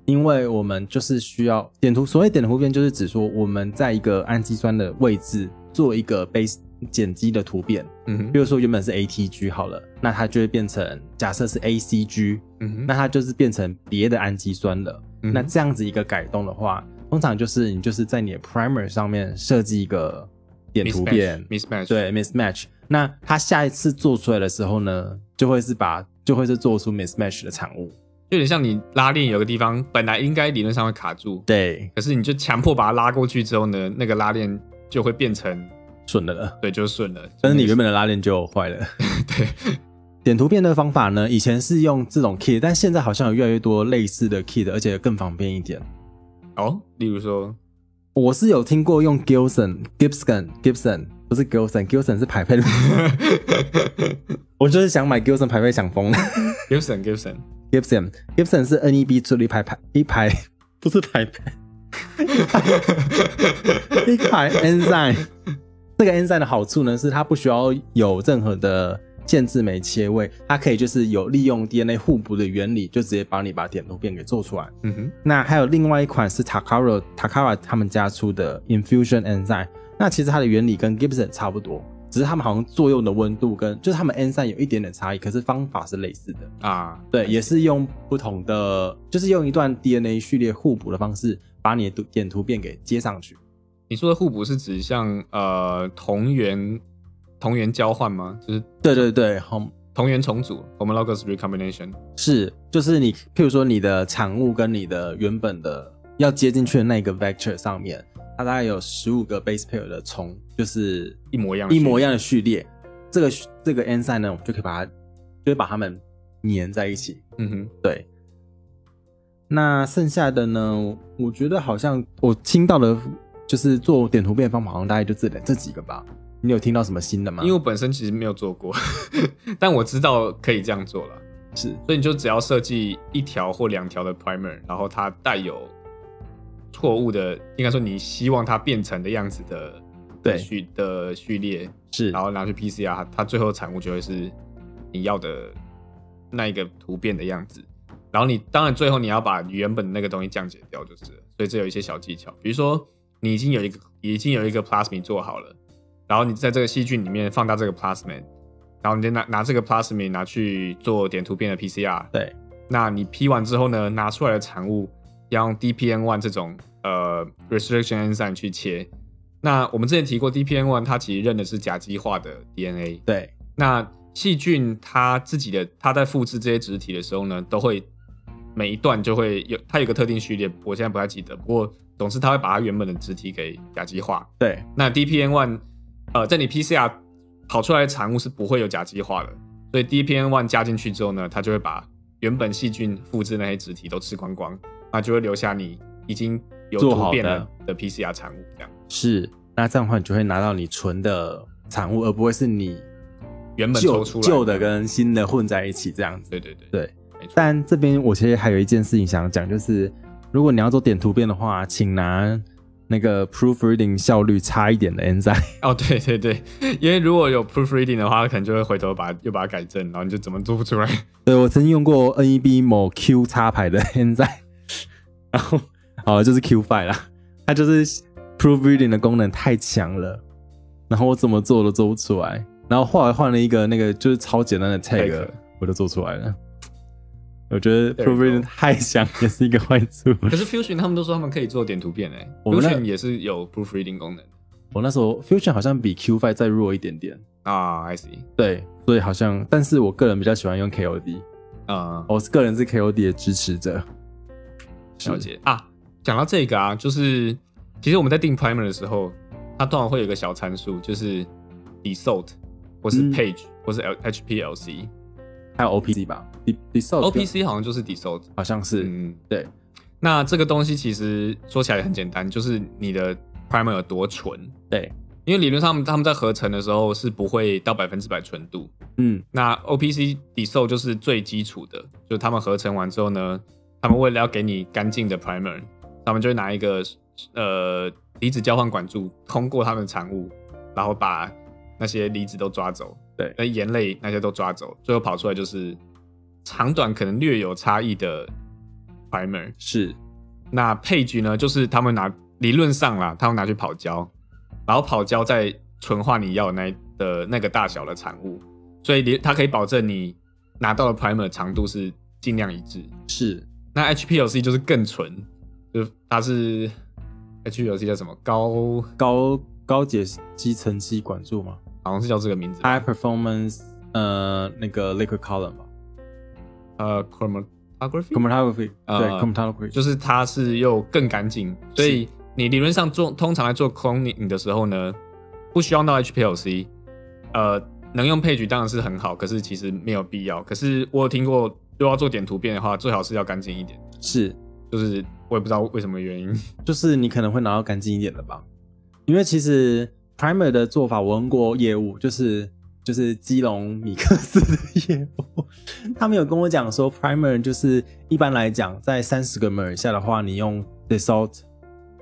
A: 因为我们就是需要点图。所谓点图变，就是指说我们在一个氨基酸的位置做一个 base 碱基的突变。
B: 嗯
A: 比
B: 哼，
A: 如说原本是 ATG 好了，那它就会变成假设是 ACG，
B: 嗯哼，
A: 那它就是变成别的氨基酸了。
B: 嗯哼
A: 那这样子一个改动的话，通常就是你就是在你的 primer 上面设计一个点突变，
B: mismatch，
A: 对 mismatch。那它下一次做出来的时候呢，就会是把就会是做出 mismatch 的产物。
B: 就有点像你拉链有个地方本来应该理论上会卡住，
A: 对，
B: 可是你就强迫把它拉过去之后呢，那个拉链就会变成
A: 顺的了。
B: 对，就顺了。
A: 但是你原本的拉链就坏 了。
B: 对，
A: 点图片的方法呢，以前是用这种 kit，但现在好像有越来越多类似的 kit，而且更方便一点。
B: 哦，例如 说，
A: 我是有听过用 Gilson、Gibson、Gibson，不是 Gilson，Gilson 是排配的。我就是想买 Gilson 排配想疯了。
B: Gibson Gibson，
A: Gibson Gibson 是 E NEB 出了一排排一排， 不是排配，一排
B: 嗯
A: enzyme。这个 enzyme 的好处呢，是它不需要有任何的限制酶切位，它可以就是有利用 DNA 互补的原理，就直接帮你把点突变给做出来。
B: 嗯哼，
A: 那还有另外一款是 Takara Takara 他们家出的 Infusion Enzyme，那其实它的原理跟 Gibson 差不多，只是它们好像作用的温度跟就是它们 enzyme 有一点点差异，可是方法是类似的。
B: 啊，
A: 对，也是用不同的，就是用一段 DNA 序列互补的方式，把你的点突变给接上去。
B: 你说的互补是指像呃同源同源交换吗？就是
A: 对对对，好、
B: 同源重组 （homologous recombination）。
A: 是，就是你，譬如说你的产物跟你的原本的要接进去的那个 vector 上面，它大概有十五个 base pair 的重，就是
B: 一模一样的
A: 一
B: 序列
A: 模一样的序列。这个这个 enzyme 呢，我们就可以把它，就会把它们粘在一起。
B: 嗯哼，
A: 对。那剩下的呢？我觉得好像我听到的，就是做点图片的方法，好像大概就这两这几个吧。你有听到什么新的吗？
B: 因为我本身其实没有做过， 但我知道可以这样做了。
A: 是
B: 所以你就只要设计一条或两条的 primer，然后它带有错误的，应该说你希望它变成的样子的
A: 对
B: 序的序列，
A: 是
B: 然后拿去 PCR，它它最后产物就会是你要的那一个突变的样子。然后你当然最后你要把原本的那个东西降解掉，就是了。所以这有一些小技巧，比如说你已经有一个已经有一个 plasmid 做好了，然后你在这个细菌里面放大这个 plasmid，然后你再拿拿这个 plasmid 拿去做点突变的 PCR，
A: 对，
B: 那你批完之后呢，拿出来的产物要用 DPN one 这种呃 restriction enzyme 去切。那我们之前提过 DPN one，它其实认的是甲基化的 DNA。
A: 对，
B: 那细菌它自己的，它在复制这些植体的时候呢，都会每一段就会有它有一个特定序列，我现在不太记得，不过总之它会把它原本的植体给甲基化。
A: 对，
B: 那 DPN one，呃，在你 PCR 跑出来的产物是不会有甲基化的，所以 DPN one 加进去之后呢，它就会把原本细菌复制那些植体都吃光光，那就会留下你已经有
A: 做好
B: 突变
A: 的
B: 了的 PCR 产物这样。
A: 是。那这样的话，你就会拿到你纯的产物，而不会是你
B: 原本
A: 旧
B: 抽出来
A: 旧的跟新的混在一起这样子。
B: 对对对
A: 对，
B: 没错。
A: 但这边我其实还有一件事情想讲，就是如果你要做点突变的话，请拿那个 proofreading 效率差一点的 enzyme。
B: 哦，对对对， 因为如果有 proofreading 的话，它可能就会回头把又把它改正，然后你就怎么做不出来。
A: 对我曾经用过 NEB 某 Q 插牌的 enzyme，然后好就是 Q f i 啦，它就是 proofreading 的功能太强了，然后我怎么做都做不出来，然后后来换了一个那个就是超简单的 tag，
B: Tag
A: 我就做出来了。我觉得
B: There you go
A: proofreading 太强也哦是一个坏处。
B: 可是 Fusion 他们都说他们可以做点突变哎、
A: 我们那
B: Fusion 也是有 proofreading 功能
A: 我那时候 Fusion 好像比 Q f i 再弱一点点，
B: 啊，I see，
A: 对，所以好像，但是我个人比较喜欢用 KOD，
B: 啊、
A: 我是个人是 KOD 的支持者。
B: 了解啊。讲到这个啊，就是其实我们在定 primer 的时候，它通常会有一个小参数，就是 desalt 或是
A: 嗯
B: page、或是 L HPLC。
A: 还有 OPC 吧，D D s o
B: OPC 好像就是 desalt。
A: 好像是，
B: 嗯，
A: 对。
B: 那这个东西其实说起来很简单，就是你的 primer 有多纯，
A: 对，
B: 因为理论上他们他们在合成的时候是不会到百分之百纯度。
A: 嗯，
B: 那 OPC 底售就是最基础的，就是他们合成完之后呢，他们为了要给你干净的 primer，他们就会拿一个呃离子交换管柱通过他们的产物，然后把那些离子都抓走，
A: 对
B: 那盐类那些都抓走，最后跑出来就是长短可能略有差异的 primer。
A: 是，
B: 那配局呢，就是他们拿理论上啦，他们拿去跑胶，然后跑胶再纯化你要的那一的那个大小的产物，所以你它可以保证你拿到的 primer 长度是尽量一致。
A: 是，
B: 那 HPLC 就是更纯，就是它是 HPLC 叫什么高，
A: 高高解析层级管柱吗
B: 好像是叫这个名字吧，
A: ？High performance，呃，那个 liquid column 吧
B: 呃 chromatography，
A: ，chromatography，
B: 呃
A: 对，chromatography，
B: 就是它是又更干净，所以你理论上做通常来做 cloning 的时候呢，不需要到 HPLC，呃，能用配局当然是很好，可是其实没有必要。可是我有听过，如果要做点突变的话，最好是要干净一点，
A: 是，
B: 就是我也不知道为什么原因。
A: 就是你可能会拿到干净一点的吧，因为其实 primer 的做法我问过业务，就是就是基隆米克斯的业务，他们有跟我讲说 primer 就是一般来讲在三十个 mer 以下的话，你用 desalt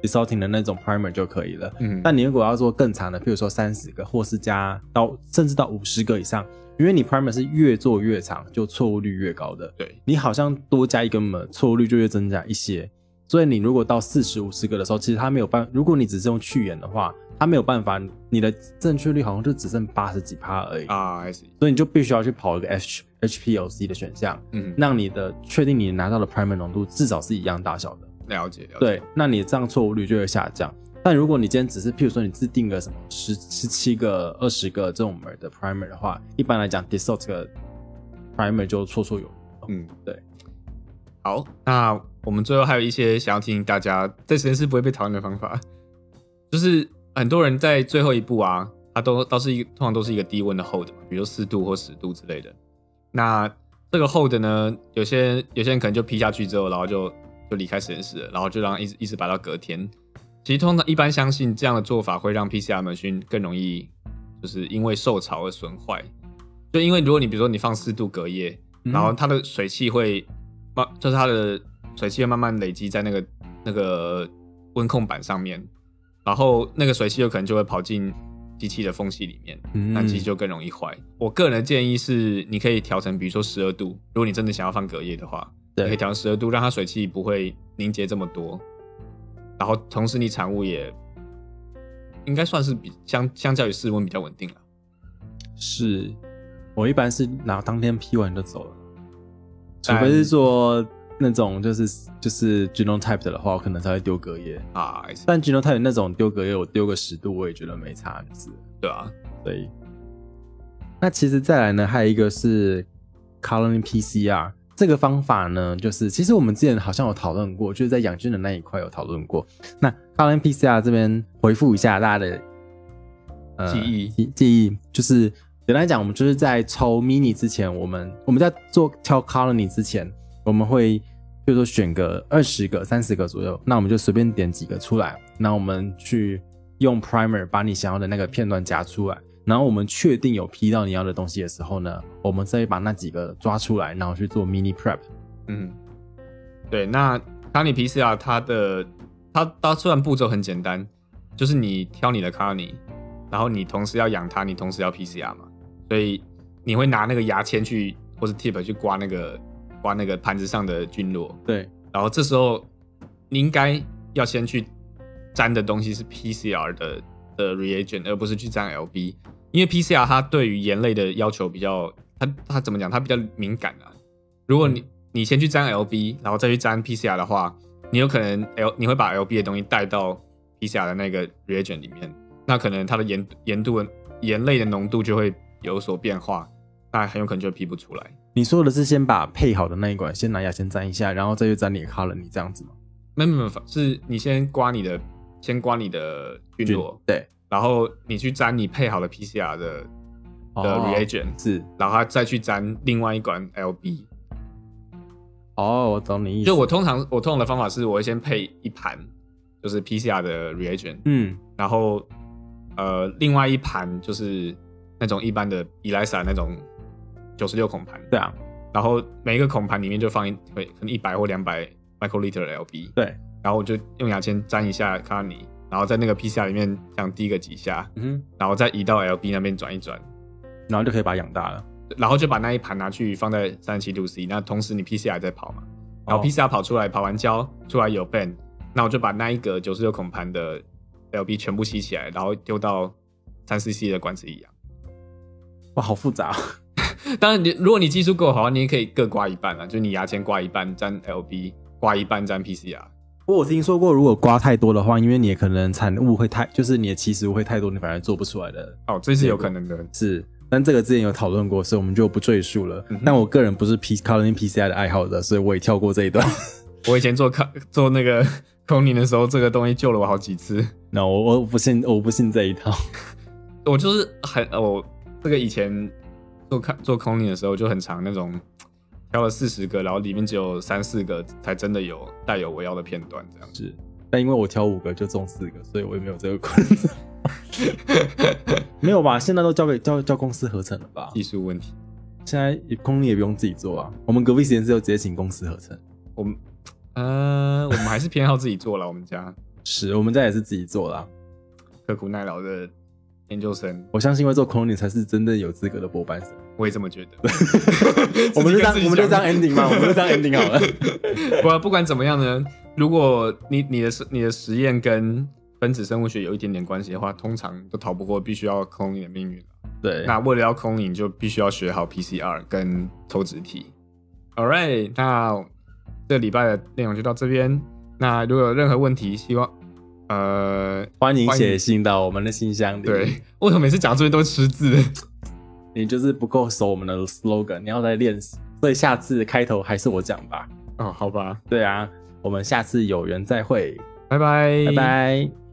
A: desalting 的那种 primer 就可以了。
B: 嗯，
A: 但你如果要做更长的，譬如说三十个，或是加到甚至到五十个以上，因为你 primer 是越做越长，就错误率越高的。
B: 对，
A: 你好像多加一个门，错误率就会增加一些。所以你如果到四十五十个的时候，其实它没有办，如果你只是用去眼的话，它没有办法，你的正确率好像就只剩八十几趴而已。
B: 啊，I see，
A: 所以你就必须要去跑一个 H HPLC 的选项，
B: 嗯，
A: 让你的确定你拿到的 primer 浓度至少是一样大小的。
B: 了解，了解，
A: 对，那你这样错误率就会下降。但如果你今天只是，譬如说你自定个什么十十七个、二十个这种门的 primer 的话，一般来讲 desalt 的 primer 就绰绰有余。
B: 嗯，
A: 对。
B: 好，那我们最后还有一些想要提醒大家，在实验室不会被讨厌的方法， 就是很多人在最后一步啊，它都都是一个通常都是一个低温的 hold，嘛比如四度或十度之类的。那这个 hold 呢，有些有些人可能就劈下去之后，然后就就离开实验室了，然后就让一直一直摆到隔天。其实通常一般相信这样的做法会让 PCR 门讯更容易，就是因为受潮而损坏。就因为如果你比如说你放四度隔夜，
A: 嗯
B: 然后它的水汽会慢，就是它的水汽会慢慢累积在那个那个温控板上面，然后那个水汽有可能就会跑进机器的缝隙里面，那
A: 嗯
B: 机器就更容易坏。我个人的建议是，你可以调成比如说十二度，如果你真的想要放隔夜的话，你
A: 对
B: 可以调成十二度，让它水汽不会凝结这么多，然后同时你产物也应该算是比相相较于室温比较稳定了。
A: 是我一般是拿当天批完就走了，除
B: 但
A: 非是做那种就是就是 genotype 的话，我可能才会丢隔夜。
B: 啊，I see，
A: 但 genotype 那种丢隔夜，我丢个十度我也觉得没差，就是了
B: 对啊，
A: 所以那其实再来呢，还有一个是 colony PCR 这个方法呢，就是其实我们之前好像有讨论过，就是在养菌的那一块有讨论过。那 colony PCR 这边回复一下大家的呃
B: 记忆
A: 记记忆，就是简单讲，我们就是在抽 mini 之前，我们我们在做挑 colony 之前，我们会。比如说选个二十个、三十个左右，那我们就随便点几个出来，那我们去用 primer 把你想要的那个片段夹出来，然后我们确定有 P 到你要的东西的时候呢，我们再把那几个抓出来，然后去做 mini prep。
B: 嗯，对，那卡尼皮斯啊，它的它它虽然步骤很简单，就是你挑你的卡尼，然后你同时要养它，你同时要 PCR 嘛，所以你会拿那个牙签去或是 tip 去刮那个刮那个盘子上的菌落，
A: 对，
B: 然后这时候你应该要先去粘的东西是 PCR 的的 reagent，而不是去粘 LB，因为 PCR 它对于盐类的要求比较，它它怎么讲，它比较敏感啊。如果你你先去粘 LB，然后再去粘 PCR 的话，你有可能 L 你会把 LB 的东西带到 PCR 的那个 reagent 里面，那可能它的盐盐度的盐类的浓度就会有所变化，那很有可能就批不出来。
A: 你说的是先把配好的那一管先拿牙先粘一下，然后再去粘你的 colony 这样子吗？
B: 没有没有，没有是你先刮你的，先刮你的菌落，
A: 对，
B: 然后你去沾你配好的 PCR 的的
A: 哦
B: reagent，、
A: 是
B: 然后它再去沾另外一管 LB。
A: 哦，我懂你意思。
B: 就我通常我通常的方法是，我会先配一盘就是 PCR 的 reagent，、
A: 嗯
B: 然后呃另外一盘就是那种一般的 ELISA 那种九十六孔盘，
A: 对啊
B: 然后每一个孔盘里面就放一会可能一百或两百 microliter 的 LB，
A: 对，
B: 然后我就用牙签沾一下卡尼，然后在那个 PCR 里面这样滴个几下，
A: 嗯哼，
B: 然后再移到 LB 那边转一转，
A: 然后就可以把它养大了。
B: 然后就把那一盘拿去放在三十七度 C，那同时你 PCR 在跑嘛，然后
A: 哦
B: PCR 跑出来，跑完胶出来有 band，那我就把那一格九十六孔盘的 LB 全部吸起来，然后丢到三 CC 的管子里养。
A: 哇，好复杂哦、
B: 当然你，如果你技术够好，你也可以各刮一半啊，就是你牙签刮一半沾 LB，刮一半沾 PCR。
A: 我有听说过，如果刮太多的话，因为你可能产物会太，就是你的起始物会太多，你反而做不出来的
B: 哦，这是有可能的。
A: 是，但这个之前有讨论过，所以我们就不赘述了。
B: 嗯哼
A: 但我个人不是 P Colony PCI 的爱好者，所以我也跳过这一段。
B: 我以前做康做那个 空灵的时候，这个东西救了我好几次。
A: 那、no, 我我不信，我不信这一套。
B: 我就是很呃我这个以前做看做空灵的时候就很长那种，挑了四十个，然后里面只有三四个才真的有带有我要的片段这样。
A: 是，但因为我挑五个就中四个，所以我也没有这个困扰。 没有吧？现在都交给交交公司合成了吧？
B: 技术问题，
A: 现在也空力也不用自己做啊，我们隔壁实验室就直接请公司合成。
B: 我们呃我们还是偏好自己做了，我们家
A: 是我们家也是自己做啦。
B: 刻苦耐劳的研究生，
A: 我相信会做空力才是真正有资格的博班生。
B: 我也这么觉得。
A: 我们就这样
B: 自己跟自己
A: 我们就
B: 讲
A: 这样 ending 嘛我们就这样 ending 好了。
B: 不不管怎么样呢，如果你你的实你的实验跟分子生物学有一点点关系的话，通常都逃不过必须要空你的命运了。
A: 对，
B: 那为了要空你，你就必须要学好 PCR 跟抽脂体。All right，那这礼拜的内容就到这边。那如果有任何问题，希望呃，
A: 欢迎
B: 欢迎
A: 写信到我们的信箱里。
B: 对，为什么每次讲这边都是吃字？
A: 你就是不够熟我们的 slogan，你要再练习。所以下次开头还是我讲吧。
B: 哦，好吧，
A: 对啊，我们下次有缘再会，
B: 拜拜，
A: 拜拜。